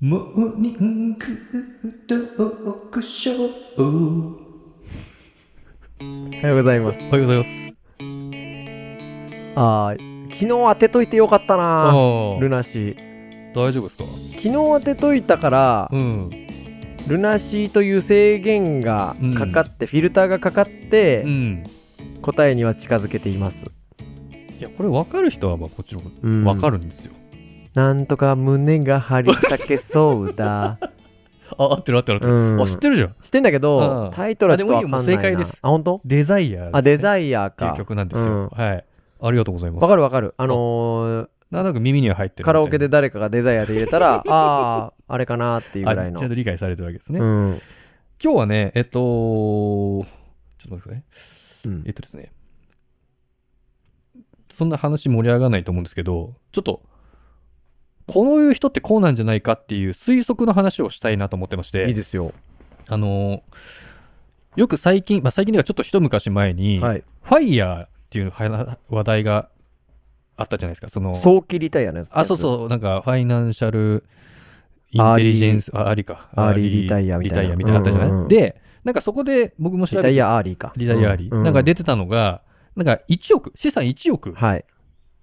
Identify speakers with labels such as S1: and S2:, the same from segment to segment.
S1: モーニングトークショー。
S2: おはようございます。
S3: おはようございます。
S2: あー昨日当てといてよかった
S3: ああ
S2: なルナシー。
S3: 大丈夫ですか
S2: 昨日当てといたから、
S3: ん。
S2: ルナシーという制限がかかって、フィルターがかかって、
S3: ん。
S2: 答えには近づけています。
S3: いや、これ分かる人はまあこっちの方
S2: うん
S3: 分かるんですよ。
S2: なんとか胸が張り裂けそ うだ。
S3: あ、合ってる合ってる合ってる。
S2: うん。
S3: あ、知ってるじゃん。
S2: 知ってんだけ
S3: あ
S2: ど
S3: あ、
S2: タイトルはちょっとわかんないな。
S3: あでもいいよもう正解です
S2: あ、本当？
S3: デザイアー
S2: あ、デ
S3: イ
S2: ザイアー
S3: アっていう
S2: か。
S3: 曲なんですよ。はい。ありがとうございます。
S2: わかるわかる。あのー
S3: なんとなく耳には入ってるみた
S2: カ
S3: いな。
S2: ラオケで誰かがデザイアーで入れた ら、ああ、あれかなっていうぐらい
S3: あ
S2: の
S3: ちゃん。と理解されてるわけですね。
S2: うん。
S3: 今日はね、えっと、ちょっと待ってくださいね。
S2: うん
S3: えっとですね。そんな話盛り上がらないと思うんですけど、ちょっと、こういう人ってこうなんじゃないかっていう推測の話をしたいなと思ってまして。
S2: いいですよ。
S3: あのーよく最近、まあ、最近ではちょっと一昔前に、
S2: はい。
S3: ファイヤーっていう話話題があったじゃないですか。その、
S2: 早期リタイアのやつ。
S3: あ、そう
S2: う。
S3: そう、なんか、ファイナンシャル、インテリジェンス、あ、ありか。
S2: アーリーリタイアみたい
S3: リタイ
S2: な
S3: アみたいなのあったじゃない、
S2: うんうんうん
S3: で、なんかそこで僕も調
S2: リ
S3: べ
S2: タ
S3: て、
S2: イアアーリーか。
S3: リタイアあり、
S2: う
S3: なんか出てたのが、なんか1億、資産1億
S2: はい。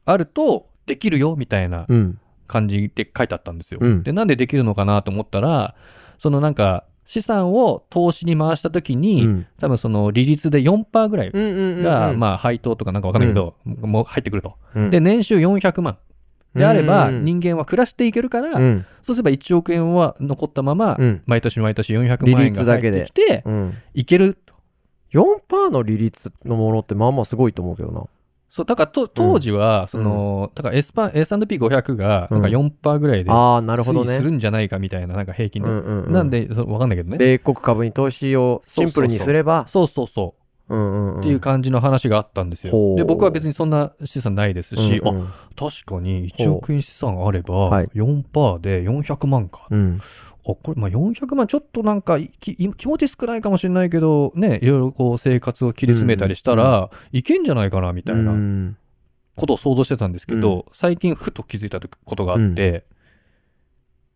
S3: あるとできるよ、みたいな
S2: うん。
S3: 感じで書いてあったんですよ。
S2: うん
S3: で、なんでできるのかなと思ったら、そのなんか、資産を投資に回したとき
S2: う
S3: に、
S2: ん。
S3: 多分その利率で4%ぐらい
S2: うんうんうん。
S3: が、まあ配当とかなんかわかんないけど、もう入ってくると。
S2: あ
S3: で、、年収400万。であれば、人間は暮らしていけるから、
S2: うん。
S3: そうすれば1億円は残ったまま
S2: うん、
S3: 毎年毎年400万円が入ってきて、
S2: うん。
S3: いける。
S2: 4%の利率のものってまあまあすごいと思うけどな。
S3: そう、だからと当時は、その、だから S パ S&P500 が、なんか4%ぐらいで、
S2: ああ、なるほ
S3: 推
S2: ど
S3: 移す
S2: ね。
S3: るんじゃないかみたいな、なんか平均
S2: う
S3: で。
S2: んうんう
S3: なん、で、そうわかんないけどね。
S2: 米国株に投資をシンプルにすれば、
S3: そうそうそう。
S2: うんうんうん。
S3: っていう感じの話があったんです
S2: ほ
S3: よ。
S2: う
S3: で、僕は別にそんな資産ないですし、
S2: うん
S3: あ、
S2: うん
S3: 確かに1億円資産あれば
S2: はい
S3: 4%で400万か。
S2: うん。
S3: あ、これ、まあ400万ちょっとなんかき気持ち少ないかもしれないけど、ね、いろいろこう生活を切り詰めたりしたら、いけんじゃないかなみたいな
S2: うん
S3: ことを想像してたんですけど、最近ふと気づいたことがあって、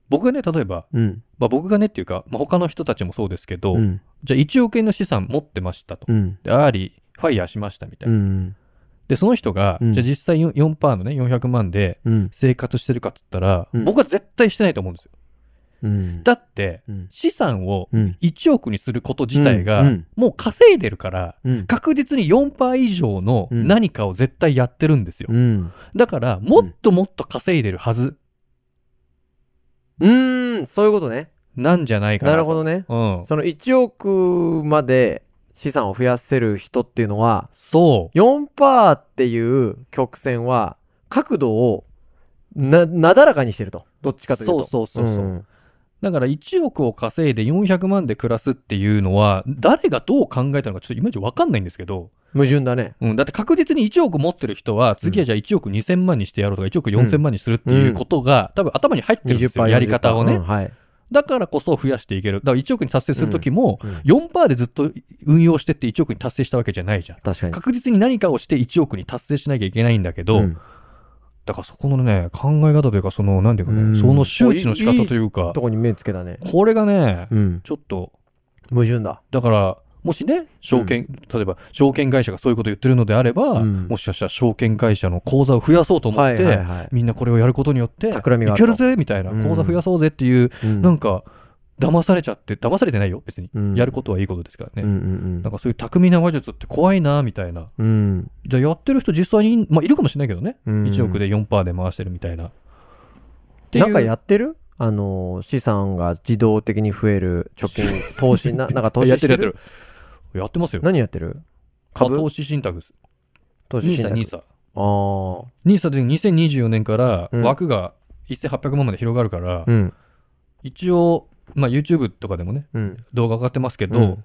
S3: 僕がね、例えば、
S2: うん。
S3: まあ僕がねっていうか、まあ他の人たちもそうですけど
S2: う、ん。
S3: じゃあ1億円の資産持ってましたと。
S2: うん。
S3: で、アーリー、ファイヤーしましたみたいな
S2: う。ん。
S3: で、その人が、
S2: うん
S3: じゃあ実際4 4%のね、400万で
S2: うん。
S3: 生活してるかって言ったら、
S2: うん
S3: 僕は絶対してないと思うんですよ。
S2: うん。
S3: だって、
S2: うん。
S3: 資産を
S2: うん。
S3: 1億にすること自体が、
S2: うんうん
S3: もう稼いでるから、
S2: うん。
S3: 確実に4%以上の
S2: うん
S3: 何かを絶対やってるんですよ。
S2: うん。
S3: だから、もっともっと稼いでるはず
S2: うーん、そういうことね。
S3: なんじゃないかな。
S2: なるほどね。
S3: うん。
S2: その1億まで資産を増やせる人っていうのは、
S3: そう。
S2: 4%っていう曲線は、角度をな、なだらかにしてると。どっちかというと。
S3: そうそうそうそう
S2: うん
S3: だから1億を稼いで400万で暮らすっていうのは、誰がどう考えたのかちょっといまいちわかんないんですけど、
S2: 矛盾だね。
S3: うん、だって確実に1億持ってる人は、次はじゃあ1億2000万にしてやろうとか、1億4000万にするっていうことが、多分頭に入ってるんですよ、
S2: 20%
S3: やり方をね、
S2: うんはい。
S3: だからこそ増やしていける。だから1億に達成するときも
S2: うんうん、
S3: 4%でずっと運用してって1億に達成したわけじゃないじゃん。
S2: 確かに。
S3: 確実に何かをして1億に達成しなきゃいけないんだけど、
S2: うん
S3: だからそこのね、考え方というか、その、なんていうかね、
S2: うん
S3: その周知の仕方というか
S2: と、こに目つけたね。
S3: これがね、
S2: うん。
S3: ちょっと、
S2: 矛盾だ。
S3: だから、もしね、証券、例えば、証券会社がそういうことを言ってるのであれば、
S2: うん
S3: もしかしたら証券会社の口座を増やそうと思
S2: は
S3: っ
S2: い
S3: て、
S2: はいはい。
S3: みんなこれをやることによって、
S2: 企み
S3: い
S2: がある
S3: け
S2: と
S3: るぜみたいな、
S2: うん
S3: 口座増やそうぜっていう、
S2: うん
S3: なんか、騙されちゃって、騙されてないよ、別に。
S2: うん
S3: やることはいいことですからね。
S2: うんうん
S3: なんかそういう巧みな話術って怖いな、みたいな。
S2: うん。うん
S3: じゃあやってる人実際に、まあ、いるかもしれないけどね。
S2: うん
S3: 1億で4%で回してるみたいな。っていう
S2: なんかやってるあのー、資産が自動的に増える貯金、投 資な、なんか投資
S3: やっ
S2: して
S3: て
S2: る
S3: るやってる。やってますよ。
S2: 何やってる
S3: 株
S2: 株
S3: 投資信託です。
S2: 投資
S3: NISA、
S2: 信託。
S3: NISA。
S2: ああ。
S3: NISA で2024年から
S2: うん
S3: 枠が1800万まで広がるから、
S2: うん。
S3: 一応、まあ、YouTube とかでもね、
S2: うん。
S3: 動画上がってますけど、
S2: うん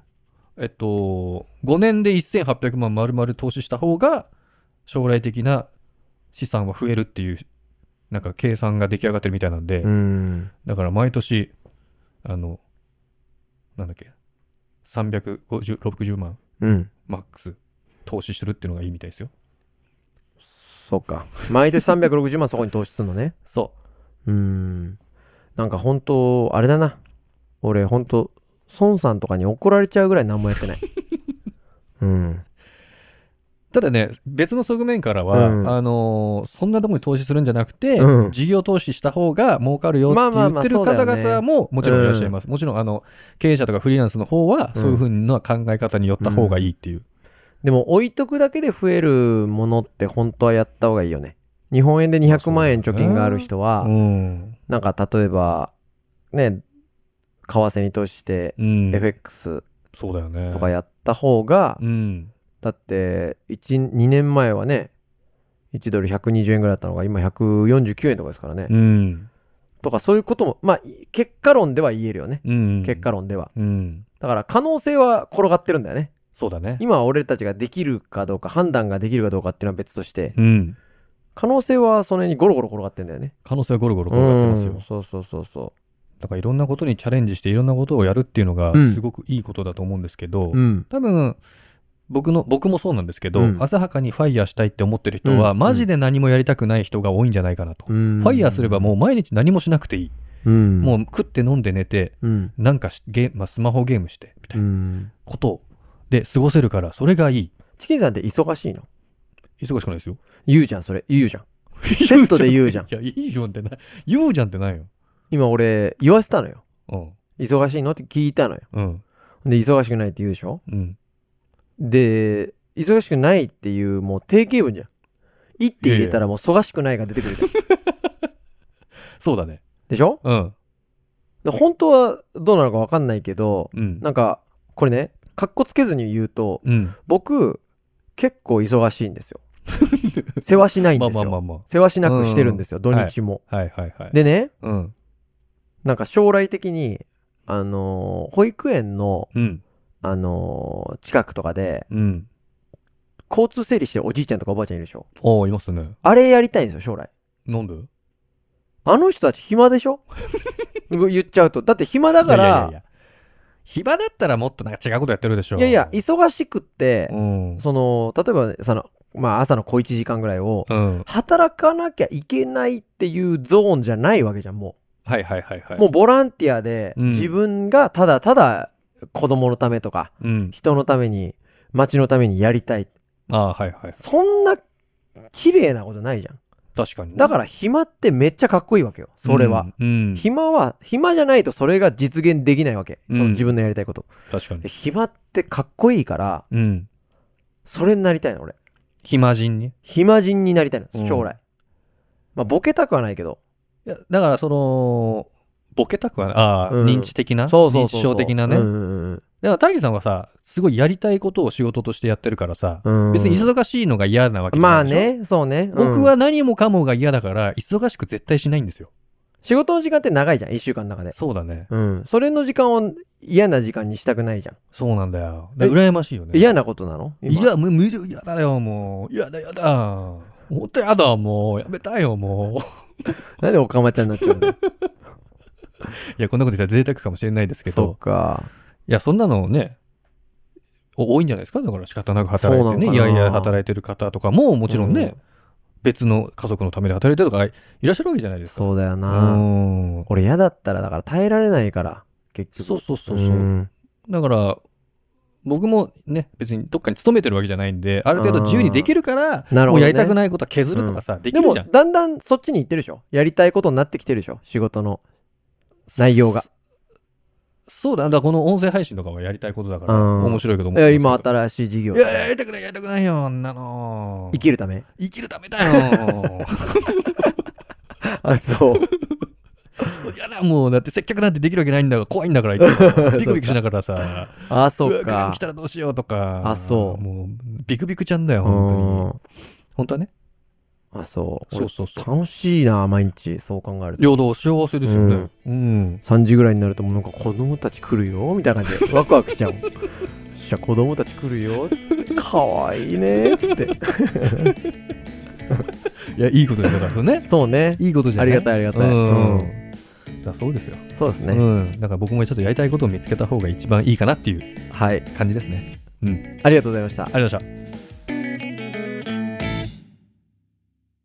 S3: えっと、5年で1800万丸々投資した方が、将来的な資産は増えるっていう、なんか計算が出来上がってるみたいなんで、
S2: うん。
S3: だから毎年、あの、なんだっけ、350、60万
S2: うん。
S3: マックス投資するっていうのがいいみたいですよ。
S2: そうか。毎年360万そこに投資するのね。
S3: そう
S2: ーん。なんか本当、あれだな。俺本当、孫さんとかに怒られちゃうぐらい何も やってない。うん。
S3: ただね、別の側面からは、
S2: うん
S3: あのーそんなとこに投資するんじゃなくて、
S2: うん
S3: 事業投資した方が儲かるよって
S2: まあまあ
S3: 言
S2: ま
S3: っ
S2: あ
S3: てる
S2: そうだ
S3: 方
S2: よね
S3: 々ももちろんいらっしゃいます。もちろん、あの、経営者とかフリーランスの方は、
S2: うん
S3: そういうふうな考え方によった方がいいっていう。
S2: でも置いとくだけで増えるものって本当はやった方がいいよね。日本円で200万円貯金がある人は、
S3: うん。
S2: なんか例えば、ね、為替に投資して
S3: うん。
S2: FX
S3: そうだよね。
S2: とかやった方が、
S3: うん。
S2: だって、1、2年前はね、1ドル120円ぐらいだったのが今149円とかですからね。
S3: うん。
S2: とかそういうことも、まあ、い結果論では言えるよね。
S3: うん。
S2: 結果論では。
S3: うん。
S2: だから可能性は転がってるんだよね。
S3: そうだね。
S2: 今俺たちができるかどうか、判断ができるかどうかっていうのは別として、
S3: うん。
S2: 可能性はその辺にゴロゴロ転がってんだよね。
S3: 可能性はゴロゴロ転がってますよ。
S2: うんそうそうそうそ
S3: だからいろんなことにチャレンジしていろんなことをやるっていうのが
S2: うん
S3: すごくいいことだと思うんですけど、
S2: う。うん。
S3: 多分僕の僕もそうなんですけど、
S2: うん
S3: 浅はかにファイヤーしたいって思ってる人は、
S2: うん
S3: マジで何もやりたくない人が多いんじゃないかなと、
S2: フ
S3: ファイヤーすればもう毎日何もしなくていい、
S2: うん、
S3: もう食って飲んで寝て
S2: うん、
S3: なんかしゲーまあ、スマホゲームしてみた
S2: う。
S3: いなんことをで過ごせるからそれがいい
S2: チキンさんって忙しいの
S3: 忙しくないですよ
S2: 言うじゃん、それ。言うじゃん。セッ トで言うじゃん
S3: い。やいいじゃんってない言うじゃんってないよ
S2: 今俺、言わせたのよ。
S3: うん
S2: 忙しいのって聞いたのよ。
S3: うん
S2: で、忙しくないって言うでしょ
S3: うん
S2: で、忙しくないっていうもう定型文じゃん。いって入れたらもう忙しくないが出てくるじゃん。
S3: そうだね
S2: でしょ
S3: うん
S2: で本当はどうなのかわかんないけど、
S3: うん
S2: なんか、これね、かっこつけずに言うと、
S3: うん
S2: 僕、結構忙しいんですよ。世話しないん
S3: まあ
S2: です
S3: まあまあ
S2: よ。
S3: ま
S2: 世話しなくしてるんですよ、土日も。
S3: あはいはいはい
S2: でね、
S3: うん
S2: なんか将来的に、あのー保育園の、
S3: うん
S2: あのー近くとかで、
S3: うん
S2: 交通整理してるおじいちゃんとかおばあちゃんいるでしょ
S3: ああいますね
S2: あれやりたいんですよ、将来。
S3: なんで
S2: あの人たち暇で しょ言っちゃうと。だって暇だ
S3: だか
S2: か、
S3: ら
S2: いやい
S3: ら、暇だったらもっとなんか違うことやってるでしょ。
S2: や忙しくって、
S3: うん。
S2: その、例えばね、その、まあ朝の小1時間ぐらいを、
S3: うん。
S2: 働かなきゃいけないっていうゾーンじゃないわけじゃん、も
S3: はいはいはいは
S2: う。
S3: い。
S2: もうボランティアで、
S3: うん
S2: 自分がただただ子供のためとか、
S3: うん。
S2: 人のために、町のためにやりたい。
S3: ああ、はいはい。
S2: そんな綺麗なことないじゃん。
S3: 確かにね。
S2: だから暇ってめっちゃかっこいいわけよ。それは。
S3: うん。うん。
S2: 暇は、暇じゃないとそれが実現できないわけ。そ
S3: う
S2: の
S3: ん
S2: 自分のやりたいこと。
S3: 確かに。
S2: 暇ってかっこいいから、
S3: うん。
S2: それになりたいの、俺。
S3: 暇人に。い
S2: 暇人になりたいの
S3: うん、
S2: 将来。まあ、ボケたくはないけど。
S3: や、だからその、ボケたくはない。ああ、
S2: うん
S3: 認知的な
S2: そうそうそ
S3: 認
S2: うそう。
S3: 知症的なね。
S2: うんうん
S3: だから、大義さんはさ、すごいやりたいことを仕事としてやってるからさ、
S2: うんうん。
S3: 別に忙しいのが嫌なわけじゃ
S2: ま
S3: な
S2: あ
S3: いでしょ。
S2: ね、そうね。うん
S3: 僕は何もかもが嫌だから、忙しく絶対しないんですよ。
S2: 仕事の時間って長いじゃん、一週間の中で。
S3: そうだね。
S2: うん。それの時間を嫌な時間にしたくないじゃん。
S3: そうなんだよ。だから羨ましいよね。
S2: 嫌なことなの
S3: い
S2: 今
S3: や、もう無理、やだよ、もう。やだ、やだ。ほんとやだ、もう。やめたいよ、もう。
S2: なんでおかまちゃんになっちゃうの
S3: いや、こんなこと言ったら贅沢かもしれないですけ
S2: そう
S3: ど。
S2: か。
S3: いや、そんなのね、お多いんじゃないですかだから仕方なく働いてね。
S2: そ
S3: い
S2: うなのか
S3: や
S2: ない
S3: や、働いてる方とかも、もちろんね、
S2: うん
S3: 別の家族のために働いてるとかいらっしゃるわけじゃないですか。
S2: そうだよ
S3: う
S2: な。
S3: ーん。
S2: 俺嫌だったら、だから耐えられないから、結局。
S3: そうそうそう
S2: う
S3: そう。
S2: ん
S3: だから、僕もね、別にどっかに勤めてるわけじゃないんで、ある程度自由にできるから、
S2: な
S3: も
S2: るほどね
S3: うやりたくないことは削るとかさ、でき
S2: で
S3: る
S2: も、
S3: じゃん。
S2: だんだんそっちに行ってるでしょやりたいことになってきてるでしょ仕事の内容が。
S3: そうだ、だからこの音声配信とかはやりたいことだから、
S2: うん
S3: 面白いけど
S2: いや今
S3: い
S2: 新しい事業。
S3: や、やりたくない、やりたくないよ、あんなの。
S2: 生きるため
S3: 生きるためだ よ。
S2: あ、そう。
S3: いやだ、もう、だって接客なんてできるわけないんだから、怖いんだ から、いつもビクビクしながらさ、
S2: あ、そう
S3: わクライアント
S2: か
S3: 来。たらどうしようとか。
S2: あそう
S3: もう、ビクビクちゃんだよ、
S2: う
S3: 本当に。
S2: ん。
S3: 本当はね。
S2: あ、そう。
S3: そうそうそう。
S2: 楽しいな、毎日。そう考えると。
S3: いや、だから幸せですよね。うん。
S2: 3時ぐらいになるともうなんか子供たち来るよみたいな感じでワクワク しちゃうもんそしたら子供たち来るよつってかわいいねつって
S3: いや、いいことだよ、だからそれね。
S2: そうね
S3: いいことじゃ
S2: あ
S3: ない
S2: りがたいありがたい、
S3: うん。
S2: うん
S3: だからそうですよ。
S2: そうですね、
S3: うん。だから僕もちょっとやりたいことを見つけた方が一番いいかなっていう
S2: はい
S3: 感じですね。うん。ありがとう
S2: ありがとうございました
S3: ございました。